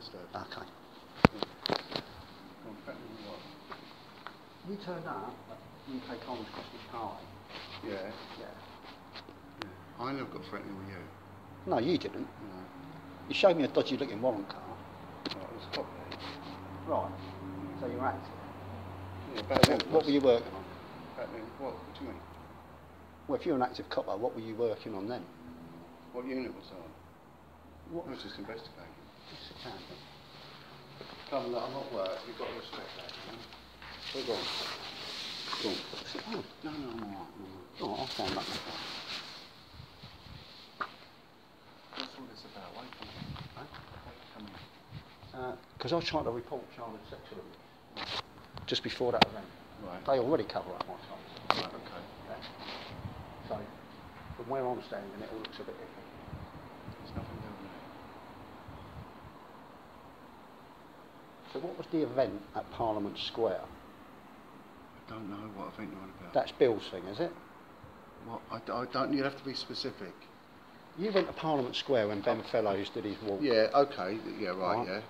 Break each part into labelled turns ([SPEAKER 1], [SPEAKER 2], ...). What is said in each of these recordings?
[SPEAKER 1] steps.
[SPEAKER 2] Okay. You turn up, UK Commons across the Charlie.
[SPEAKER 1] Yeah.
[SPEAKER 2] Yeah.
[SPEAKER 1] I never got threatening with you.
[SPEAKER 2] No, you didn't.
[SPEAKER 1] No.
[SPEAKER 2] You showed me a dodgy looking warrant card.
[SPEAKER 1] Right, let's stop there.
[SPEAKER 2] Right. So you're active.
[SPEAKER 1] Yeah, back then.
[SPEAKER 2] What, what were you working on?
[SPEAKER 1] Back then, what, what do you mean?
[SPEAKER 2] Well, if you're an active copper, what were you working on then?
[SPEAKER 1] What unit was I on?
[SPEAKER 2] What
[SPEAKER 1] I was just investigating.
[SPEAKER 2] Sit down.
[SPEAKER 1] Come, look, I'm not work, you've got to respect that, you know?
[SPEAKER 2] We're gone. Gone. Sit down.
[SPEAKER 1] No, no, I'm all right, I'm all right.
[SPEAKER 2] All right, I'll stand up. myself.
[SPEAKER 1] That's what it's about, why come in?
[SPEAKER 2] Huh?
[SPEAKER 1] Why come in?
[SPEAKER 2] because Uh, I was trying to report child and sexual abuse just before that event.
[SPEAKER 1] Right.
[SPEAKER 2] They already cover up my child.
[SPEAKER 1] Right, okay.
[SPEAKER 2] So, from where I'm standing, it all looks a bit iffy.
[SPEAKER 1] There's nothing down there.
[SPEAKER 2] So, what was the event at Parliament Square?
[SPEAKER 1] I don't know what event you're on about.
[SPEAKER 2] That's Bill's thing, is it?
[SPEAKER 1] Well, I, d- I don't, you have to be specific.
[SPEAKER 2] You went to Parliament Square when Ben Fellows did his walk.
[SPEAKER 1] Yeah, okay, th- yeah,
[SPEAKER 2] Right.
[SPEAKER 1] right, yeah.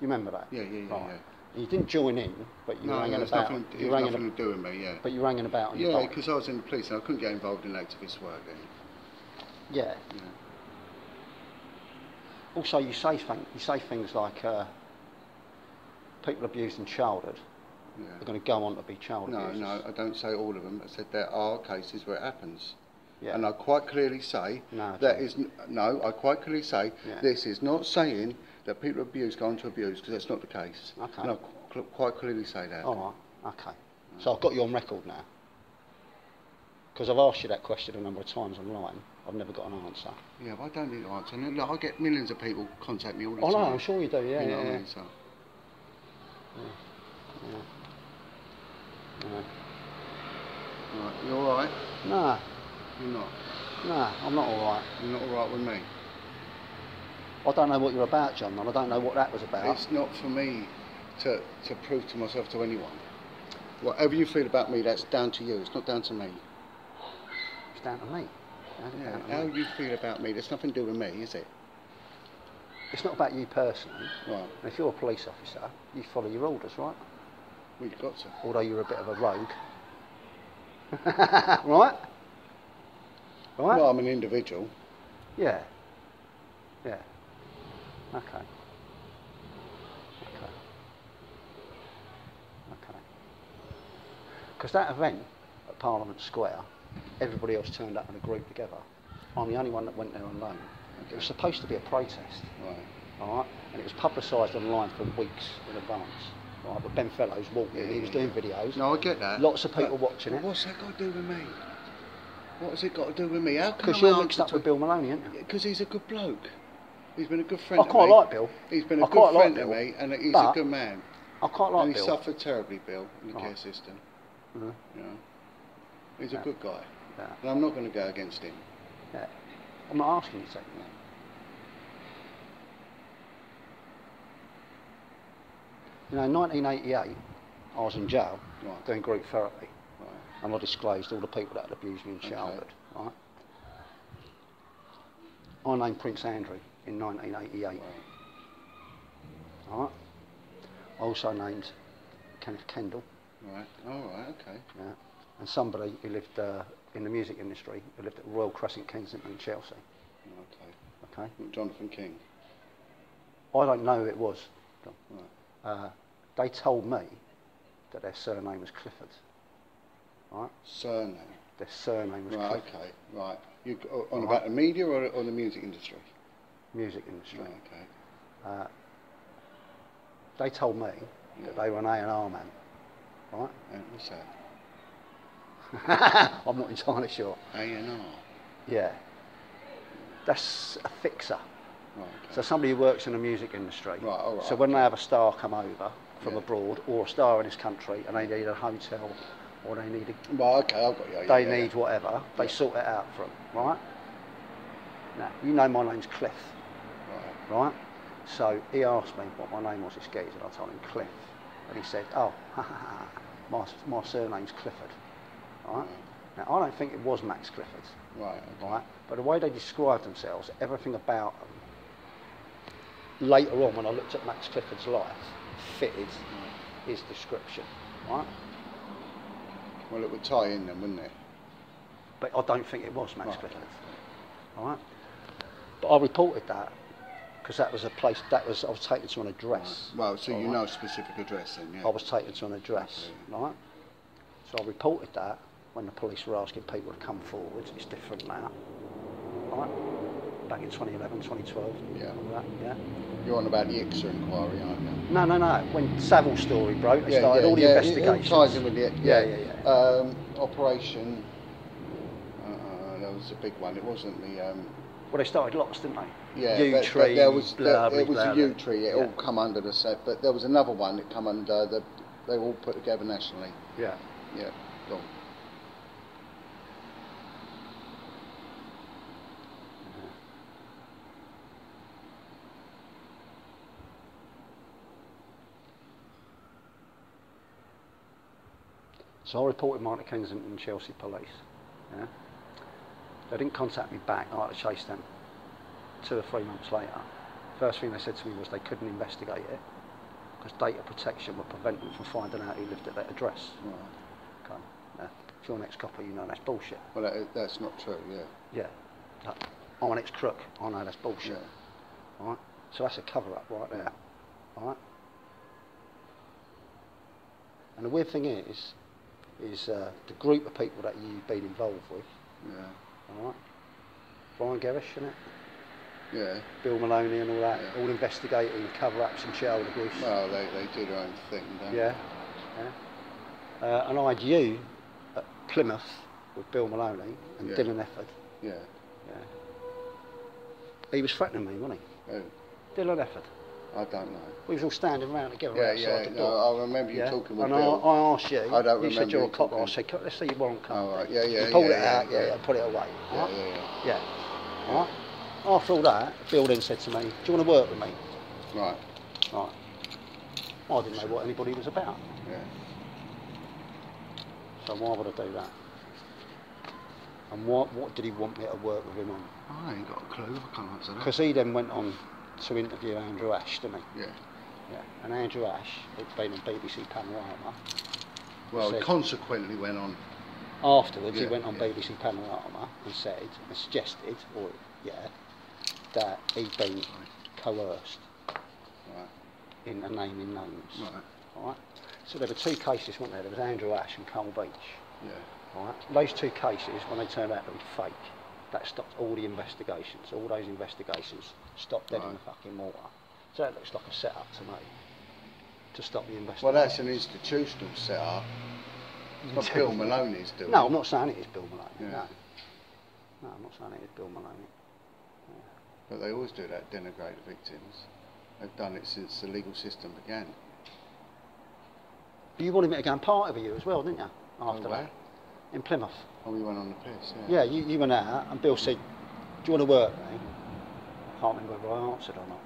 [SPEAKER 2] You remember that?
[SPEAKER 1] Yeah, yeah, yeah,
[SPEAKER 2] Right. You didn't join in, but you
[SPEAKER 1] No,
[SPEAKER 2] rang
[SPEAKER 1] no,
[SPEAKER 2] in
[SPEAKER 1] there's
[SPEAKER 2] about.
[SPEAKER 1] nothing,
[SPEAKER 2] you
[SPEAKER 1] there's
[SPEAKER 2] rang in
[SPEAKER 1] nothing to do with me, yeah.
[SPEAKER 2] but you rang in about. and you
[SPEAKER 1] Yeah,
[SPEAKER 2] bolted.
[SPEAKER 1] because I was in the police and I couldn't get involved in activist work then.
[SPEAKER 2] yeah.
[SPEAKER 1] Yeah.
[SPEAKER 2] Also, you say thing, you say things like uh, people abused in childhood
[SPEAKER 1] Yeah.
[SPEAKER 2] are going to go on to be child
[SPEAKER 1] No,
[SPEAKER 2] abusers.
[SPEAKER 1] no, I don't say all of them. I said there are cases where it happens.
[SPEAKER 2] Yeah.
[SPEAKER 1] And I quite clearly say
[SPEAKER 2] No, I
[SPEAKER 1] that
[SPEAKER 2] don't.
[SPEAKER 1] is n- no. I quite clearly say
[SPEAKER 2] Yeah.
[SPEAKER 1] this is not saying that people abuse go on to abuse because that's not the case.
[SPEAKER 2] Okay. Oh.
[SPEAKER 1] And I qu- cl- quite clearly say that.
[SPEAKER 2] All right. Okay. So I've got you on record now. Because I've asked you that question a number of times online. I've never got an answer.
[SPEAKER 1] Yeah, but I don't need to answer. And Look, I get millions of people contact me all the
[SPEAKER 2] Oh,
[SPEAKER 1] time.
[SPEAKER 2] no, I'm sure you do. Yeah,
[SPEAKER 1] you know
[SPEAKER 2] yeah,
[SPEAKER 1] what
[SPEAKER 2] yeah.
[SPEAKER 1] I mean? So,
[SPEAKER 2] yeah.
[SPEAKER 1] right, you're all right.
[SPEAKER 2] Nah,
[SPEAKER 1] You're not.
[SPEAKER 2] nah, I'm not all right.
[SPEAKER 1] You're not all right with me.
[SPEAKER 2] I don't know what you're about, John, and I don't know what that was about.
[SPEAKER 1] It's not for me to to prove to myself to anyone. Whatever you feel about me, that's down to you. It's not down to me.
[SPEAKER 2] It's down to me. It's
[SPEAKER 1] Yeah,
[SPEAKER 2] down to
[SPEAKER 1] how
[SPEAKER 2] me.
[SPEAKER 1] you feel about me, there's nothing to do with me, is it?
[SPEAKER 2] It's not about you personally.
[SPEAKER 1] Well,
[SPEAKER 2] And if you're a police officer, you follow your orders, right?
[SPEAKER 1] we've got to.
[SPEAKER 2] Although you're a bit of a rogue. right? Right?
[SPEAKER 1] Well, I'm an individual.
[SPEAKER 2] Yeah. Yeah. Okay. Okay. Okay. Because that event at Parliament Square, everybody else turned up in a group together. I'm the only one that went there alone. It was
[SPEAKER 1] Okay.
[SPEAKER 2] supposed to be a protest,
[SPEAKER 1] Right.
[SPEAKER 2] all right? And it was publicised online for weeks in advance. Right, but Ben Fellows walked in, he was doing videos.
[SPEAKER 1] No, I get that.
[SPEAKER 2] Lots of people
[SPEAKER 1] But-
[SPEAKER 2] watching
[SPEAKER 1] but
[SPEAKER 2] it.
[SPEAKER 1] What's that got to do with me? What has it got to do with me? How can
[SPEAKER 2] Because you're mixed up with Bill Maloney, aren't you?
[SPEAKER 1] Because he's a good bloke. He's been a good friend.
[SPEAKER 2] I
[SPEAKER 1] to
[SPEAKER 2] quite
[SPEAKER 1] me.
[SPEAKER 2] like Bill.
[SPEAKER 1] He's been
[SPEAKER 2] I
[SPEAKER 1] a good
[SPEAKER 2] quite like
[SPEAKER 1] friend to
[SPEAKER 2] Bill,
[SPEAKER 1] me, and he's
[SPEAKER 2] but
[SPEAKER 1] a good man.
[SPEAKER 2] I quite
[SPEAKER 1] and
[SPEAKER 2] like
[SPEAKER 1] he
[SPEAKER 2] Bill.
[SPEAKER 1] suffered terribly, Bill, in the
[SPEAKER 2] Right.
[SPEAKER 1] care system.
[SPEAKER 2] Mhm.
[SPEAKER 1] You know, he's
[SPEAKER 2] Yeah.
[SPEAKER 1] a good guy,
[SPEAKER 2] Yeah.
[SPEAKER 1] and I'm not going to go against him.
[SPEAKER 2] Yeah. I'm not asking you to. You know, in 1988, I was in jail
[SPEAKER 1] Right.
[SPEAKER 2] doing group therapy,
[SPEAKER 1] Right.
[SPEAKER 2] and I disclosed all the people that had abused me in
[SPEAKER 1] Okay.
[SPEAKER 2] childhood. Right? I named Prince Andrew in 1988.
[SPEAKER 1] Right.
[SPEAKER 2] Right? I also named Kenneth Kendall
[SPEAKER 1] Right. All right. Okay.
[SPEAKER 2] yeah, and somebody who lived uh, in the music industry, who lived at Royal Crescent, Kensington, and Chelsea.
[SPEAKER 1] Okay.
[SPEAKER 2] Okay?
[SPEAKER 1] Jonathan King.
[SPEAKER 2] I don't know who it was. John.
[SPEAKER 1] Right.
[SPEAKER 2] Uh, they told me that their surname was Clifford. Right?
[SPEAKER 1] Surname.
[SPEAKER 2] Their surname was
[SPEAKER 1] Right.
[SPEAKER 2] Clifford.
[SPEAKER 1] Okay. Right. You g- on
[SPEAKER 2] Right.
[SPEAKER 1] about the media or on the music industry?
[SPEAKER 2] Music industry.
[SPEAKER 1] Right. Okay.
[SPEAKER 2] Uh, they told me that they were an A&R man. Right?
[SPEAKER 1] And what's that?
[SPEAKER 2] I'm not entirely sure.
[SPEAKER 1] A and R.
[SPEAKER 2] Yeah. That's a fixer.
[SPEAKER 1] Right.
[SPEAKER 2] So
[SPEAKER 1] Okay.
[SPEAKER 2] somebody who works in the music industry.
[SPEAKER 1] Right, all right,
[SPEAKER 2] So when they have a star come over from
[SPEAKER 1] Yeah.
[SPEAKER 2] abroad or a star in this country and they need a hotel or they need a
[SPEAKER 1] well, okay. I've got you. Yeah,
[SPEAKER 2] they
[SPEAKER 1] yeah,
[SPEAKER 2] need whatever, they sort it out for them, right? Now, you know my name's Cliff,
[SPEAKER 1] Yeah. Right.
[SPEAKER 2] right? So he asked me what my name was, this geezer, and I told him Cliff. And he said, oh, my, my surname's Clifford, right? Now, I don't think it was Max Clifford,
[SPEAKER 1] Right. Okay.
[SPEAKER 2] right? But the way they described themselves, everything about them, later on when I looked at Max Clifford's life, fitted his description, right?
[SPEAKER 1] Well, it would tie in then, wouldn't it?
[SPEAKER 2] But I don't think it was Max
[SPEAKER 1] Right.
[SPEAKER 2] Clifford, all right? But I reported that because that was a place that was I was taken to an address.
[SPEAKER 1] Well, so
[SPEAKER 2] all
[SPEAKER 1] you
[SPEAKER 2] right?
[SPEAKER 1] know a specific address then, yeah?
[SPEAKER 2] I was taken to an address, right? So I reported that when the police were asking people to come forward. It's different now, right? Back in 2011, 2012,
[SPEAKER 1] Yeah.
[SPEAKER 2] all that, yeah.
[SPEAKER 1] You're on about the ICSA inquiry, aren't you?
[SPEAKER 2] No, no, no. When Savile story broke, they started all the
[SPEAKER 1] yeah, it-
[SPEAKER 2] investigations.
[SPEAKER 1] It all ties in with the
[SPEAKER 2] Yeah, yeah, yeah.
[SPEAKER 1] Um, operation. Uh, that was a big one. It wasn't the um,
[SPEAKER 2] well, they started lots, didn't they?
[SPEAKER 1] yeah.
[SPEAKER 2] yew
[SPEAKER 1] but- but
[SPEAKER 2] tree.
[SPEAKER 1] there was
[SPEAKER 2] blah,
[SPEAKER 1] there, it was
[SPEAKER 2] blah,
[SPEAKER 1] a yew
[SPEAKER 2] blah.
[SPEAKER 1] tree. It
[SPEAKER 2] yeah.
[SPEAKER 1] all come under the set, but there was another one that come under the. They were all put together nationally.
[SPEAKER 2] Yeah.
[SPEAKER 1] Yeah. Go on.
[SPEAKER 2] So I reported Martin Kensington and Chelsea Police. Yeah? They didn't contact me back. I had to chase them two or three months later. First thing they said to me was they couldn't investigate it because data protection would prevent them from finding out who lived at that address.
[SPEAKER 1] Right.
[SPEAKER 2] Okay. Now, if you're an ex-copper, you know that's bullshit.
[SPEAKER 1] Well, that, that's not true. Yeah.
[SPEAKER 2] Yeah. That, I'm an ex-crook. I know Oh, that's bullshit.
[SPEAKER 1] Yeah.
[SPEAKER 2] Right? So that's a cover up right there. Right? And the weird thing is, is uh, the group of people that you've been involved with,
[SPEAKER 1] Yeah.
[SPEAKER 2] alright? Brian Gerrish, isn't it?
[SPEAKER 1] Yeah.
[SPEAKER 2] Bill Maloney and all that,
[SPEAKER 1] Yeah.
[SPEAKER 2] all investigating cover ups and child abuse.
[SPEAKER 1] Well, they, they do their own thing. Don't they?
[SPEAKER 2] Yeah. yeah. Uh, and I had you at Plymouth with Bill Maloney and
[SPEAKER 1] Yeah.
[SPEAKER 2] Dylan Efford.
[SPEAKER 1] Yeah.
[SPEAKER 2] Yeah. He was threatening me, wasn't
[SPEAKER 1] Oh,
[SPEAKER 2] he? Dylan Efford.
[SPEAKER 1] I don't know.
[SPEAKER 2] We was all standing around together
[SPEAKER 1] Yeah,
[SPEAKER 2] outside
[SPEAKER 1] yeah.
[SPEAKER 2] the
[SPEAKER 1] No,
[SPEAKER 2] door.
[SPEAKER 1] I remember you talking with
[SPEAKER 2] and
[SPEAKER 1] Bill.
[SPEAKER 2] I, I asked you.
[SPEAKER 1] I don't
[SPEAKER 2] You said
[SPEAKER 1] remember
[SPEAKER 2] you're a
[SPEAKER 1] you
[SPEAKER 2] cop. I
[SPEAKER 1] talking.
[SPEAKER 2] said, "Come- let's see your warrant card.
[SPEAKER 1] Oh, right. Yeah, yeah,
[SPEAKER 2] You pulled
[SPEAKER 1] yeah,
[SPEAKER 2] it
[SPEAKER 1] yeah,
[SPEAKER 2] out. Yeah,
[SPEAKER 1] yeah.
[SPEAKER 2] yeah, Put it away.
[SPEAKER 1] yeah,
[SPEAKER 2] right?
[SPEAKER 1] yeah, yeah.
[SPEAKER 2] Yeah. Right. After all that, Bill then said to me, "Do you want to work with me?"
[SPEAKER 1] Right.
[SPEAKER 2] Right. I didn't know what anybody was about,
[SPEAKER 1] Yeah.
[SPEAKER 2] so why would I do that? And what what did he want me to work with him on?
[SPEAKER 1] I ain't got a clue. I can't answer
[SPEAKER 2] Because he then went on to interview Andrew Ash, didn't he?
[SPEAKER 1] Hmm. Yeah.
[SPEAKER 2] Yeah. And Andrew Ash, who'd been on BBC Panorama,
[SPEAKER 1] Well,
[SPEAKER 2] So-
[SPEAKER 1] consequently went on.
[SPEAKER 2] afterwards he
[SPEAKER 1] Yeah,
[SPEAKER 2] went on
[SPEAKER 1] yeah.
[SPEAKER 2] BBC Panorama and said and suggested or yeah that he'd been coerced
[SPEAKER 1] Right.
[SPEAKER 2] into naming names
[SPEAKER 1] Right.
[SPEAKER 2] alright so there were two cases weren't there there was Andrew Ash and Cole Beach
[SPEAKER 1] Yeah.
[SPEAKER 2] alright those two cases when they turned out to be fake that stopped all the investigations all those investigations stopped dead in the
[SPEAKER 1] Right.
[SPEAKER 2] fucking water so that looks like a setup to me to stop the investigation
[SPEAKER 1] Well, that's an institutional setup. It's not Bill Maloney's doing.
[SPEAKER 2] No, I'm not saying it is Bill Maloney.
[SPEAKER 1] Yeah.
[SPEAKER 2] No. No, I'm not saying it is Bill Maloney.
[SPEAKER 1] But they always do that. Denigrate the victims. They've done it since the legal system began.
[SPEAKER 2] But you wanted me to go and party with you as well, didn't you? After
[SPEAKER 1] where?
[SPEAKER 2] that. In Plymouth.
[SPEAKER 1] Oh, we went on the piss.
[SPEAKER 2] Yeah,
[SPEAKER 1] Yeah.
[SPEAKER 2] you, you went out and Bill said, Do you want to work, mate? I can't remember whether I answered or not.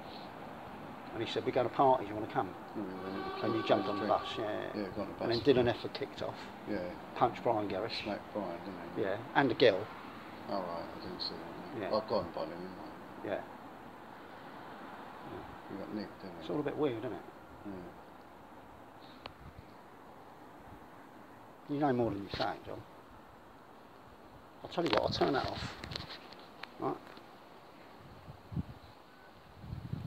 [SPEAKER 2] And he said, We're going to party, do you want to come?
[SPEAKER 1] And we went on the
[SPEAKER 2] And you
[SPEAKER 1] piss,
[SPEAKER 2] jumped
[SPEAKER 1] had a
[SPEAKER 2] on the
[SPEAKER 1] drink.
[SPEAKER 2] bus, yeah.
[SPEAKER 1] Yeah, got on the
[SPEAKER 2] And
[SPEAKER 1] bus.
[SPEAKER 2] then Dylan Efford kicked off,
[SPEAKER 1] Yeah.
[SPEAKER 2] punched Brian Gerrish.
[SPEAKER 1] Smack Brian, didn't he?
[SPEAKER 2] Yeah, and the girl.
[SPEAKER 1] All right. I didn't see that.
[SPEAKER 2] Yeah.
[SPEAKER 1] I've gone by him. haven't
[SPEAKER 2] Yeah.
[SPEAKER 1] I? You got nicked, didn't
[SPEAKER 2] It's
[SPEAKER 1] you?
[SPEAKER 2] all a bit weird, isn't it?
[SPEAKER 1] Yeah.
[SPEAKER 2] You know more than you say, John. I'll tell you what, I'll turn that off.